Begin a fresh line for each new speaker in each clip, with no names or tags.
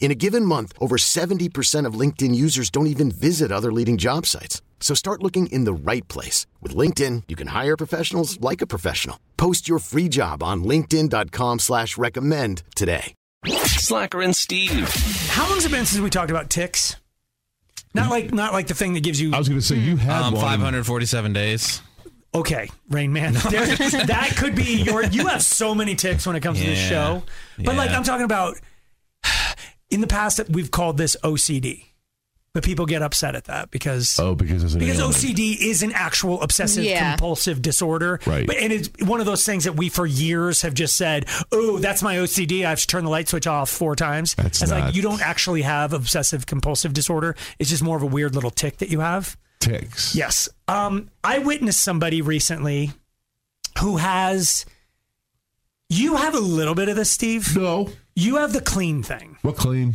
In a given month, over 70% of LinkedIn users don't even visit other leading job sites. So start looking in the right place. With LinkedIn, you can hire professionals like a professional. Post your free job on linkedin.com slash recommend today.
Slacker and Steve.
How long's it been since we talked about ticks? Not like not like the thing that gives you
I was going to say you had
Um,
one.
547 days.
okay, Rain Man. There- that could be your. You have so many ticks when it comes to this
Yeah.
show, but like
Yeah.
I'm talking about in the past that we've called this OCD, but people get upset at that because
Oh, because it's an
because
ailment.
OCD is an actual obsessive
Yeah.
compulsive disorder.
Right.
But, and it's one of those things that we for years have just said, oh, that's my OCD. I have to turn the light switch off four times.
That's
it's like
not-
you don't actually have obsessive compulsive disorder. It's just more of a weird little tick that you have.
ticks.
Yes. Um, I witnessed somebody recently who has. You have a little bit of this, Steve.
No.
You have the clean thing.
What clean?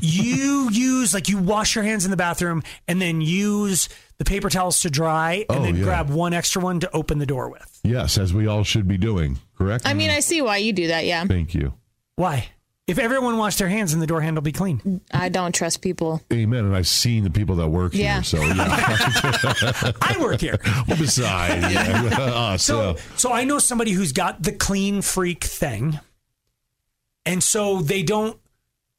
You use, like, you wash your hands in the bathroom and then use the paper towels to dry and
Oh,
then
yeah.
grab one extra one to open the door with.
Yes, as we all should be doing. Correct. Mm-hmm.
I mean, I see why you do that. Yeah.
Thank you.
Why? If everyone washed their hands, then the door handle be clean.
I don't trust people.
Amen. And I've seen the people that work
Yeah.
here. So yeah.
I work here.
well, besides yeah, us,
So,
uh,
so I know somebody who's got the clean freak thing, and so they don't.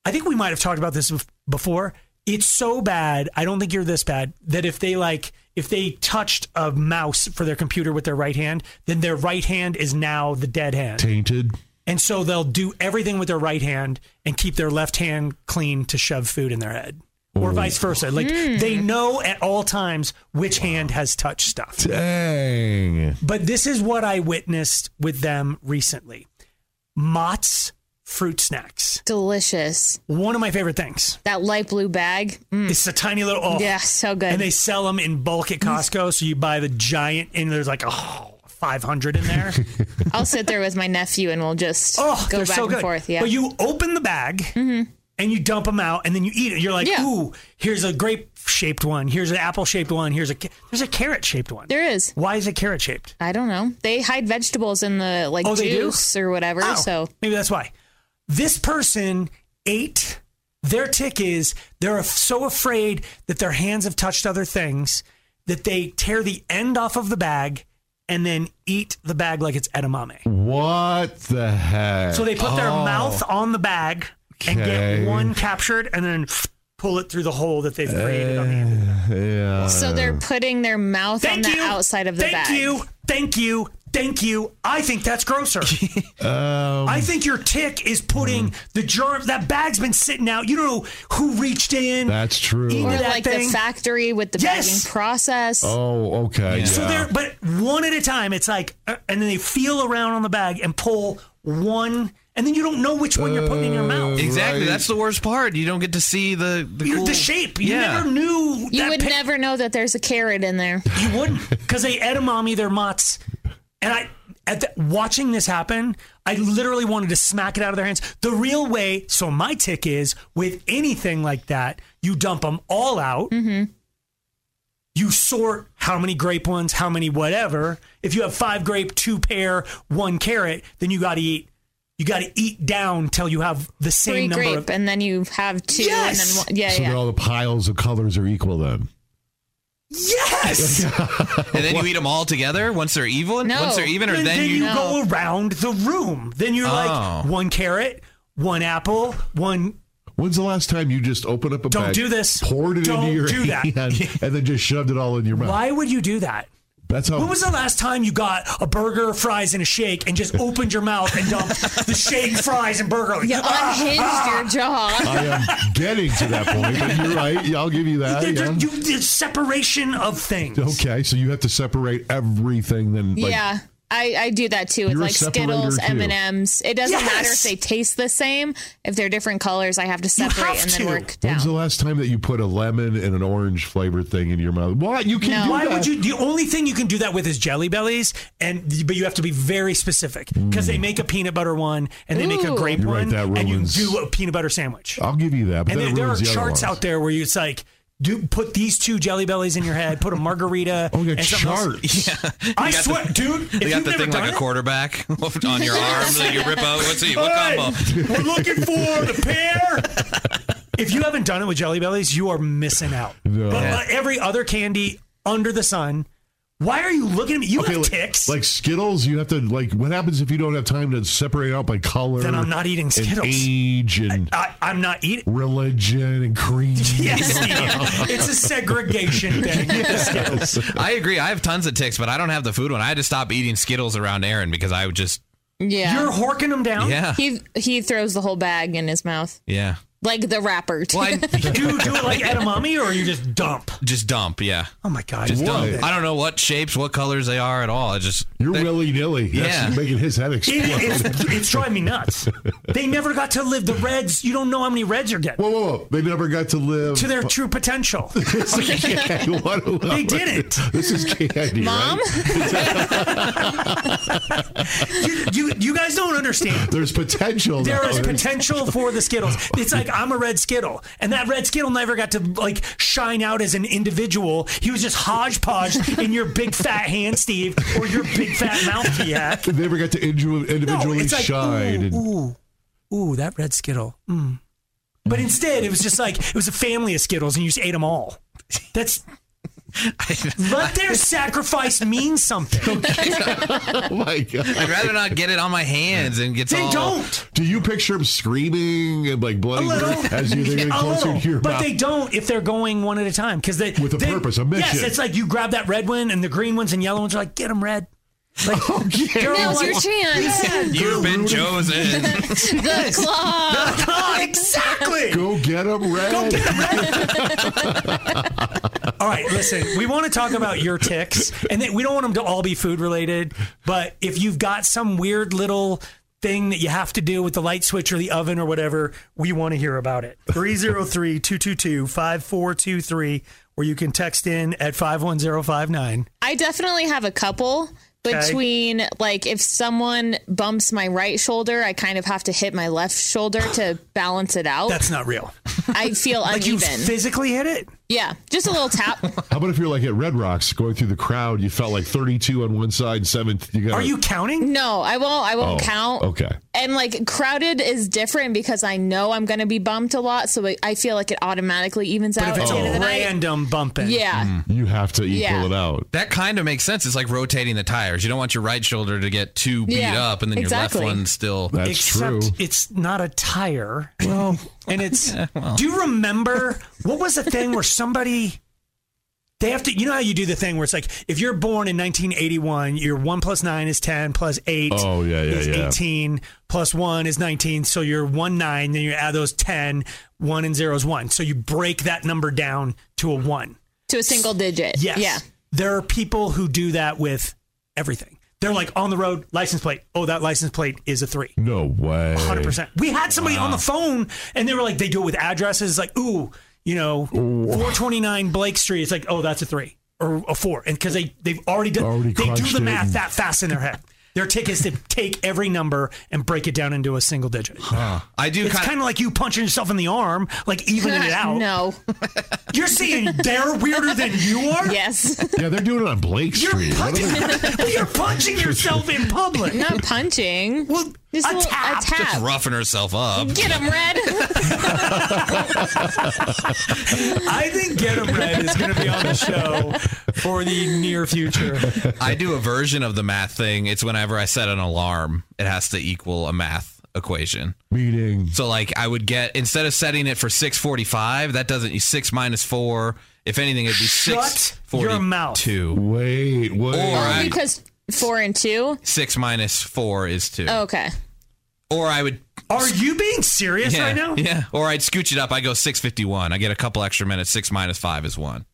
I think we might have talked about this bef- before. It's so bad. I don't think you're this bad. That if they like, if they touched a mouse for their computer with their right hand, then their right hand is now the dead hand,
tainted.
and so they'll do everything with their right hand and keep their left hand clean to shove food in their head. Or vice versa. Like they know at all times which hand has touched stuff.
Dang.
But this is what I witnessed with them recently. Mott's fruit snacks.
Delicious.
One of my favorite things.
That light blue bag. Mm.
It's a tiny little oh.
Yeah, so good.
And they sell them in bulk at Costco, so you buy the giant and there's like oh, 500 in there.
I'll sit there with my nephew and we'll just
Oh,
go
they're
back
so
and
good.
forth. Yeah. Mm-hmm.
But you open the bag and you dump them out and then you eat it. You're like,
Yeah.
"Ooh, here's a grape shaped one. Here's an apple shaped one. Here's a ca- there's a carrot shaped one."
there is.
Why is it carrot shaped?
I don't know. They hide vegetables in the like
Oh, they do?
juice or whatever.
Oh,
So
maybe that's why. This person ate. Their tick is they're af- so afraid that their hands have touched other things that they tear the end off of the bag and then eat the bag like it's edamame.
What the heck?
So they put their
Oh,
mouth on the bag and
Okay.
get one captured and then pull it through the hole that they've created on the end.
Eh.
of the bag.
Yeah.
so they're
Uh.
putting their mouth on
Thank
the
you.
outside of the
Thank
bag.
you. Thank you. Thank you. I think that's grosser.
Um, hmm.
I think your tick is putting the germ. That bag's been sitting out. You don't know who reached in.
that's true.
Eat
Or
that
like
thing.
the factory with the
Yes.
bagging process.
Oh, okay. Yeah.
so they're but one at a time. It's like, uh, and then they feel around on the bag and pull one, and then you don't know which one you're putting in your mouth.
Exactly.
Right.
That's the worst part. You don't get to see the the,
You-
cool-
the shape. You
yeah.
never knew.
you
that
would
pic-
never know that there's a carrot in there.
You wouldn't, because they edamame their mutts. And I, at the, watching this happen, I literally wanted to smack it out of their hands. The real way. So my tick is with anything like that, you dump them all out.
Mm-hmm.
You sort how many grape ones, how many whatever. If you have five grape, two pear, one carrot, then you got to eat. You got to eat down till you have the
Three
same number
grape,
of.
and then you have two,
Yes.
and then one. yeah,
So
yeah.
they're all the piles of colors are equal then.
Yes.
and then you eat them all together once they're evil.
No.
Once they're even, or
then,
then,
then you
you.
go around the room. Then you're like
Oh.
one carrot, one apple, one.
When's the last time you just opened up a
Don't
bag,
do this.
poured it
Don't
into your
do that.
hand, and then just shoved it all in your mouth?
Why would you do that?
That's how.
When was the last time you got a burger, fries, and a shake and just opened your mouth and dumped the shake, fries, and burger? Like,
You
"Ah,
unhinged your jaw.
I am getting to that point, but you're right. Yeah, I'll give you that.
there- there-
yeah.
you- there's separation of things.
okay, so you have to separate everything. Then, like,
yeah. I, I do that too with
You're a
like Skittles,
separator,
M
too.
and M's. It doesn't matter
Yes!
if they taste the same. If they're different colors, I have to separate
have
and then
to.
work
When's the
down.
last time that you put a lemon and an orange flavored thing in your mouth? What you can
No.
do
Why
that?
would you? The only thing you can do that with is Jelly Bellies, and but you have to be very specific because they make a peanut butter one and they make a
Ooh.
grape
You're right,
one,
that
and Mm. you
ruins-
do a peanut butter sandwich.
I'll give you that. But
and
that
there, there are
ruins the other
charts
ones.
out there where you, it's like, do put these two Jelly Bellies in your head, put a margarita.
Oh, yeah,
and something else.
charts.
I
You got
swear, dude. If you've
They got the
never
thing
done
like a
it-
quarterback on your arm that you rip out. What's he? What
Hey,
combo?
We're looking for the pair. if you haven't done it with Jelly Bellies, you are missing out.
No.
But uh, every other candy under the sun, why are you looking at me? You have
like,
ticks.
like Skittles, you have to like. What happens if you don't have time to separate out by color?
Then I'm not eating
and
Skittles.
age and
I, I'm not eating.
religion and creed.
Yes, Steve. it's a segregation thing.
I agree. I have tons of ticks, but I don't have the food one. I had to stop eating Skittles around Aaron because I would just
Yeah.
You're horking them down.
yeah
he he throws the whole bag in his mouth.
yeah.
Like the wrapper. too.
Well, I
Do you do it like edamame or you just dump?
just dump. Yeah,
Oh my god!
just
What?
dump. I don't know what shapes, what colors they are at all. I just
You're
they-
willy nilly.
Yeah.
That's making his head
It-
explode.
it's, it's driving me nuts. They never got to live the Reds. You don't know how many Reds you're getting
whoa, whoa, whoa! They never got to live
to their true potential.
they
didn't.
This is candy,
Mom?
right?
you, you, you guys don't understand.
There's potential.
There
though.
is
There's-
potential for the Skittles. It's like I'm a red Skittle, and that red Skittle never got to like shine out as an individual. He was just hodgepodge in your big fat hand, Steve, or your big fat mouth, Kiak.
They never got to individu-
No,
individually
it's like
shine. and-
ooh, ooh, ooh, that red Skittle. Mm. But instead, it was just like it was a family of Skittles, and you just ate them all. That's let their sacrifice mean something.
oh my god!
I'd rather not get it on my hands and get
They
all,
don't.
Do you picture him screaming and like
A
bloody
little.
as you're getting
A
closer
little,
to your
but
mouth?
they don't if they're going one at a time because they
With a
they-
purpose, a mission.
Yes, it's like you grab that red one and the green ones and yellow ones are like get them red. Like
Oh,
they're all
Now's
like-
your chance.
You've been chosen.
The claw.
Ah, exactly.
Go get him, Red.
All right, listen. We want to talk about your ticks, and then we don't want them to all be food related. But if you've got some weird little thing that you have to do with the light switch or the oven or whatever, we want to hear about it. 303-222-5423 or you can text in at 51059.
I definitely have a couple
Okay.
between like if someone bumps my right shoulder, I kind of have to hit my left shoulder to balance it out.
That's not real.
I feel
Like you
uneven.
physically hit it?
yeah, just a little tap.
How about if you're like at Red Rocks going through the crowd, you felt like 32 on one side, seventh. You got
Are you counting?
No, I won't. I won't
Oh,
count.
okay.
And like crowded is different because I know I'm going to be bumped a lot, so it, I feel like it automatically evens out
But
at
it's
the end of
a Mm.
the night.
random bumping.
Yeah,
You have to equal
Yeah.
it out.
That kind of makes sense. It's like rotating the tires. You don't want your right shoulder to get too beat
Yeah,
up, and then
exactly.
your left one still.
That's true.
Except it's not a tire. Well, and it's. Do you remember what was the thing where somebody? They have to. You know how you do the thing where it's like if you're born in 1981, your one plus nine is ten, plus eight
Oh, yeah, yeah,
is
yeah.
eighteen, plus one is nineteen. So you're one nine. Then you add those ten. One and zero is one. So you break that number down to a one.
to a single digit.
Yes.
Yeah.
There are people who do that with everything. They're like on the road, license plate. Oh, that license plate is a three.
No way.
100%. We had somebody on the phone and they were like, they do it with addresses. Like, ooh, you know, 429 Blake Street. It's like, oh, that's a three or a four. And because they, they've already done,
Already
they do
crunched
the
it
math
and-
that fast in their head. Their tick is to take every number and break it down into a single digit.
I do
It's
kind of.
kind of like you punching yourself in the arm, like evening it out.
no.
You're saying they're weirder than you are?
Yes.
Yeah, they're doing it on Blake
You're
Street. What
punching,
are they-
you're punching yourself in public.
Not punching.
Well,
Just
a
little-
tap.
a tap.
Just roughing herself up.
Get him red.
I think Get 'em Red is going to be on the show for the near future.
I do a version of the math thing. It's whenever I set an alarm, it has to equal a math equation.
Meeting.
So like I would get instead of setting it for 6:45, that doesn't 6 minus 4 If anything, it'd be six
Shut
forty-two.
your mouth.
Wait, wait.
Or
Only
I-
because four and two. Oh,
Six minus four is two.
Okay.
Or I would.
Are you being serious
Yeah,
right now?
yeah. Or I'd scooch it up. I go six fifty-one. I get a couple extra minutes. Six minus five is one.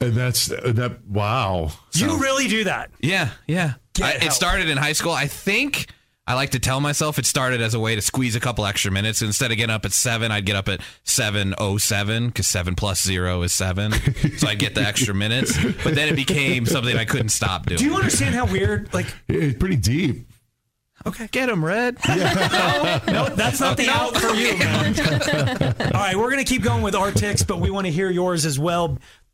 and Uh, that's that. Wow.
You really do that?
Yeah, yeah.
Get
I,
help.
it started in high school. I think I like to tell myself it started as a way to squeeze a couple extra minutes. Instead of getting up at seven, I'd get up at seven oh seven because seven plus zero is seven, so I get the extra minutes. But then it became something I couldn't stop doing.
Do you understand how weird? Like,
It's pretty deep.
okay, get him red.
no, that's not the out for you. Man. All right, we're gonna keep going with our ticks, but we want to hear yours as well.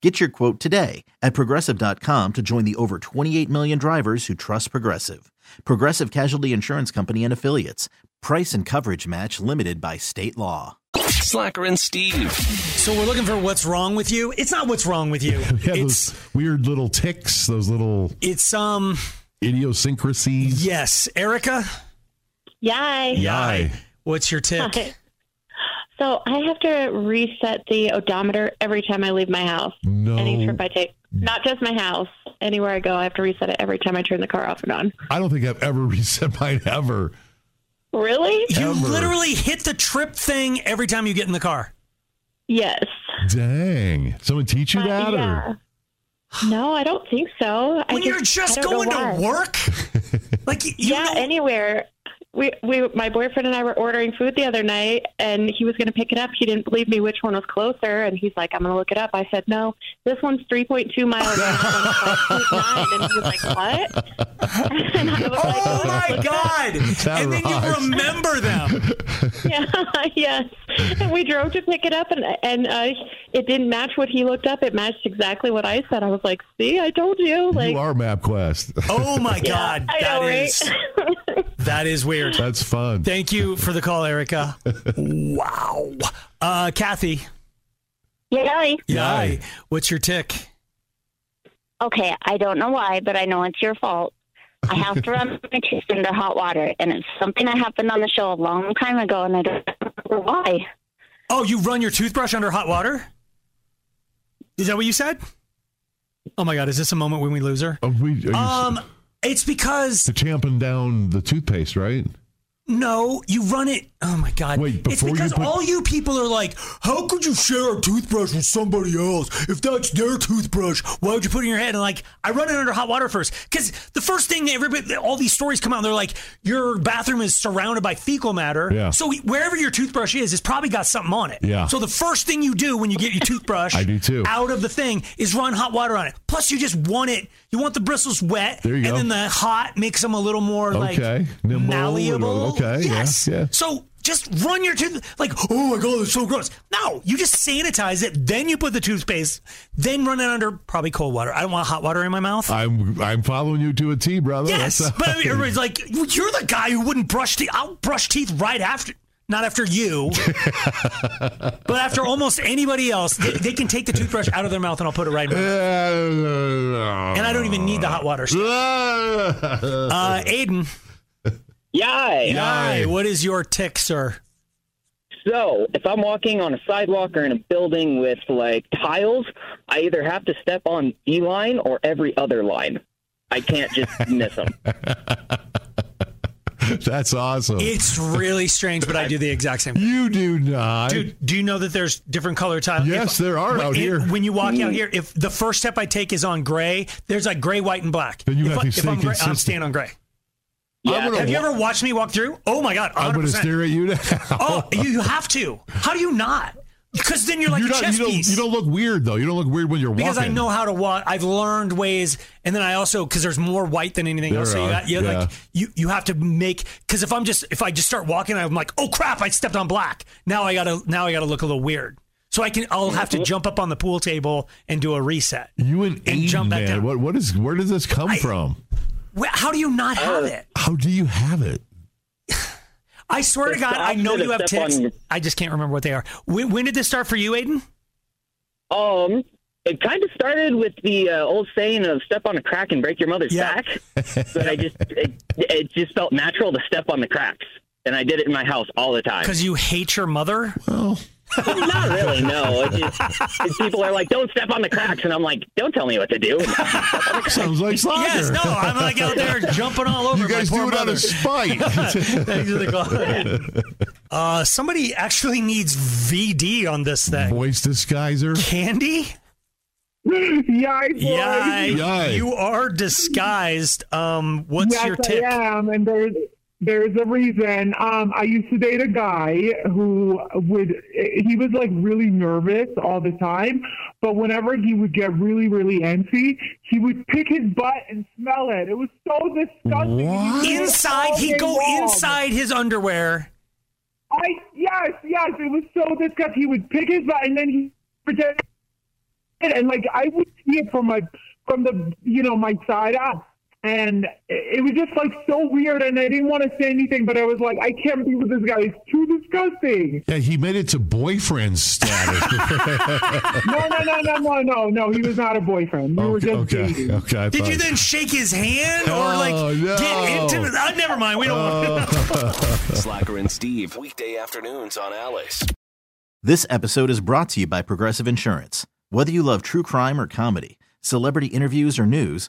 Get your quote today at progressive.com to join the over 28 million drivers who trust Progressive. Progressive Casualty Insurance Company and Affiliates. Price and coverage match limited by state law.
Slacker and Steve.
So we're looking for what's wrong with you. It's not what's wrong with you.
Yeah,
It's
those weird little ticks, those little
it's um
idiosyncrasies.
yes, Erica.
Yay.
Yay.
What's your tick?
Hi. So I have to reset the odometer every time I leave my house.
No.
Any
Oh.
trip I take, not just my house, anywhere I go, I have to reset it every time I turn the car off and on.
I don't think I've ever reset mine ever.
Really?
You
Ever.
literally hit the trip thing every time you get in the car.
Yes.
Dang. Someone teach you
Uh,
that
yeah.
or
No, I don't think so. I
When you're just
I don't know
going
why.
to work? Like you
Yeah,
know,
anywhere. We, we, my boyfriend and I were ordering food the other night, and he was going to pick it up. He didn't believe me which one was closer, and he's like, "I'm going to look it up." I said, "No, this one's 3.2 miles." and this one's 5.9." and he was like, "What?" and I was like,
Oh my God.
That
and then
rocks.
you remember them.
yeah, yes. And we drove to pick it up, and and uh, it didn't match what he looked up. It matched exactly what I said. I was like, "See, I told you." Like,
you are MapQuest.
Oh my God.
I
that
know, right?
is- that is weird.
That's fun.
Thank you for the call, Erica. wow. Uh, Kathy.
Yeah.
Yay. What's your tick?
Okay. I don't know why, but I know it's your fault. I have to run my teeth into hot water, and it's something that happened on the show a long time ago, and I don't remember why.
Oh, you run your toothbrush under hot water? Is that what you said? Oh my God. Is this a moment when we lose her?
Oh, we, are you,
Um, it's because
you're champing down the toothpaste, right?
No, you run it. Oh my god!
Wait,
it's
before you
because
put-
all you people are like, "How could you share a toothbrush with somebody else? If that's their toothbrush, why would you put it in your head?" And like, I run it under hot water first because the first thing that everybody, all these stories come out, and they're like, "Your bathroom is surrounded by fecal matter."
Yeah.
So wherever your toothbrush is, it's probably got something on it.
Yeah.
So the first thing you do when you get your toothbrush,
I do too.
out of the thing is run hot water on it. Plus, you just want it. You want the bristles wet,
There you
and
go.
then the hot makes them a little more like
Okay. Nimble and-
malleable.
okay, yeah,
Yes.
yeah.
So just run your tooth like, oh my god, it's so gross. No, you just sanitize it, then you put the toothpaste, then run it under probably cold water. I don't want hot water in my mouth.
I'm I'm following you to a T, brother.
yes,
That's-
but I mean, everybody's like, you're the guy who wouldn't brush teeth. I'll brush teeth right after. Not after you, but after almost anybody else, they, they can take the toothbrush out of their mouth and I'll put it right. In my
and
and I don't even need the hot water. stuff. Uh, Aiden,
Yay!
hi. What is your tick, sir?
So, if I'm walking on a sidewalk or in a building with like tiles, I either have to step on the line or every other line. I can't just miss them.
That's awesome.
It's really strange, but I do the exact same.
you do not.
Dude, do you know that there's different color tiles?
Yes, there are out
if-
here.
When you walk out here, if the first step I take is on gray, there's like gray, white, and black.
Then you
if
have
I,
to
if
stay
I'm, gray, I'm
consistent.
staying on gray.
I'm gonna
Have you
wa-
ever watched me walk through? Oh my god, 100%.
I'm going to stare at you now.
Oh, you, you have to. How do you not? Because then you're like
You're
a
not-
chess
you, don't,
piece.
you don't look weird though. You don't look weird when you're
because I
walking.
know how to walk. I've learned ways, and then I also because there's more white than anything
There
else. So you
are,
got you
yeah.
like you you have to make because if I'm just if I just start walking, I'm like, oh crap, I stepped on black. Now I gotta now I gotta look a little weird. So I can I'll
Mm-hmm.
have to jump up on the pool table and do a reset.
You and, Aiden,
jump back
man.
down.
What what is where does this come from?
Wh- How do you
Uh,
not have it?
How do you have it?
I swear to
It's
God,
the
I know
opposite
you
of
have
step on
ticks.
your-
I just can't remember what they are. When, when did this start for you, Aiden?
Um, it kind of started with the uh, old saying of "step on a crack and break your mother's
Yeah.
back," but I just it, it just felt natural to step on the cracks, and I did it in my house all the time.
Because you hate your mother?
Well,
Not really, no. It just, it- people are like, "Don't step on the cracks," and I'm like, "Don't tell me what to do."
sounds like soccer.
Yes, no. I'm like out there jumping all over
you guys
my
do
poor
it out
mother.
of spite.
Thanks for the call. Uh, somebody actually needs VD on this thing.
Voice disguiser.
Candy?
Yay, boy.
Yai,
Yai.
you are disguised. Um, what's
yes,
your tip?
I am, Um, and there's there's a reason. Um, I used to date a guy who would he was like really nervous all the time, but whenever he would get really really antsy, he would pick his butt and smell it. It was so disgusting.
What?
He would do this
Inside,
all
he'd
day
go
long.
inside his underwear.
I yes yes, it was so disgusting. He would pick his butt and then he pretended, and like I would see it from my from the you know my side up. And it it was just like so weird, and I didn't want to say anything, but I was like, I can't be with this guy. It's too disgusting.
Yeah, he made it to boyfriend status.
No, no, no, no, no, no, no. He was not a boyfriend. We were
okay,
just
okay,
dating.
okay. I
Did you
thought-
then shake his hand or like
Oh, no. Oh,
get intimate? Uh, never mind. We don't. want
Slacker and Steve, weekday afternoons on Alice.
This episode is brought to you by Progressive Insurance. Whether you love true crime or comedy, celebrity interviews or news,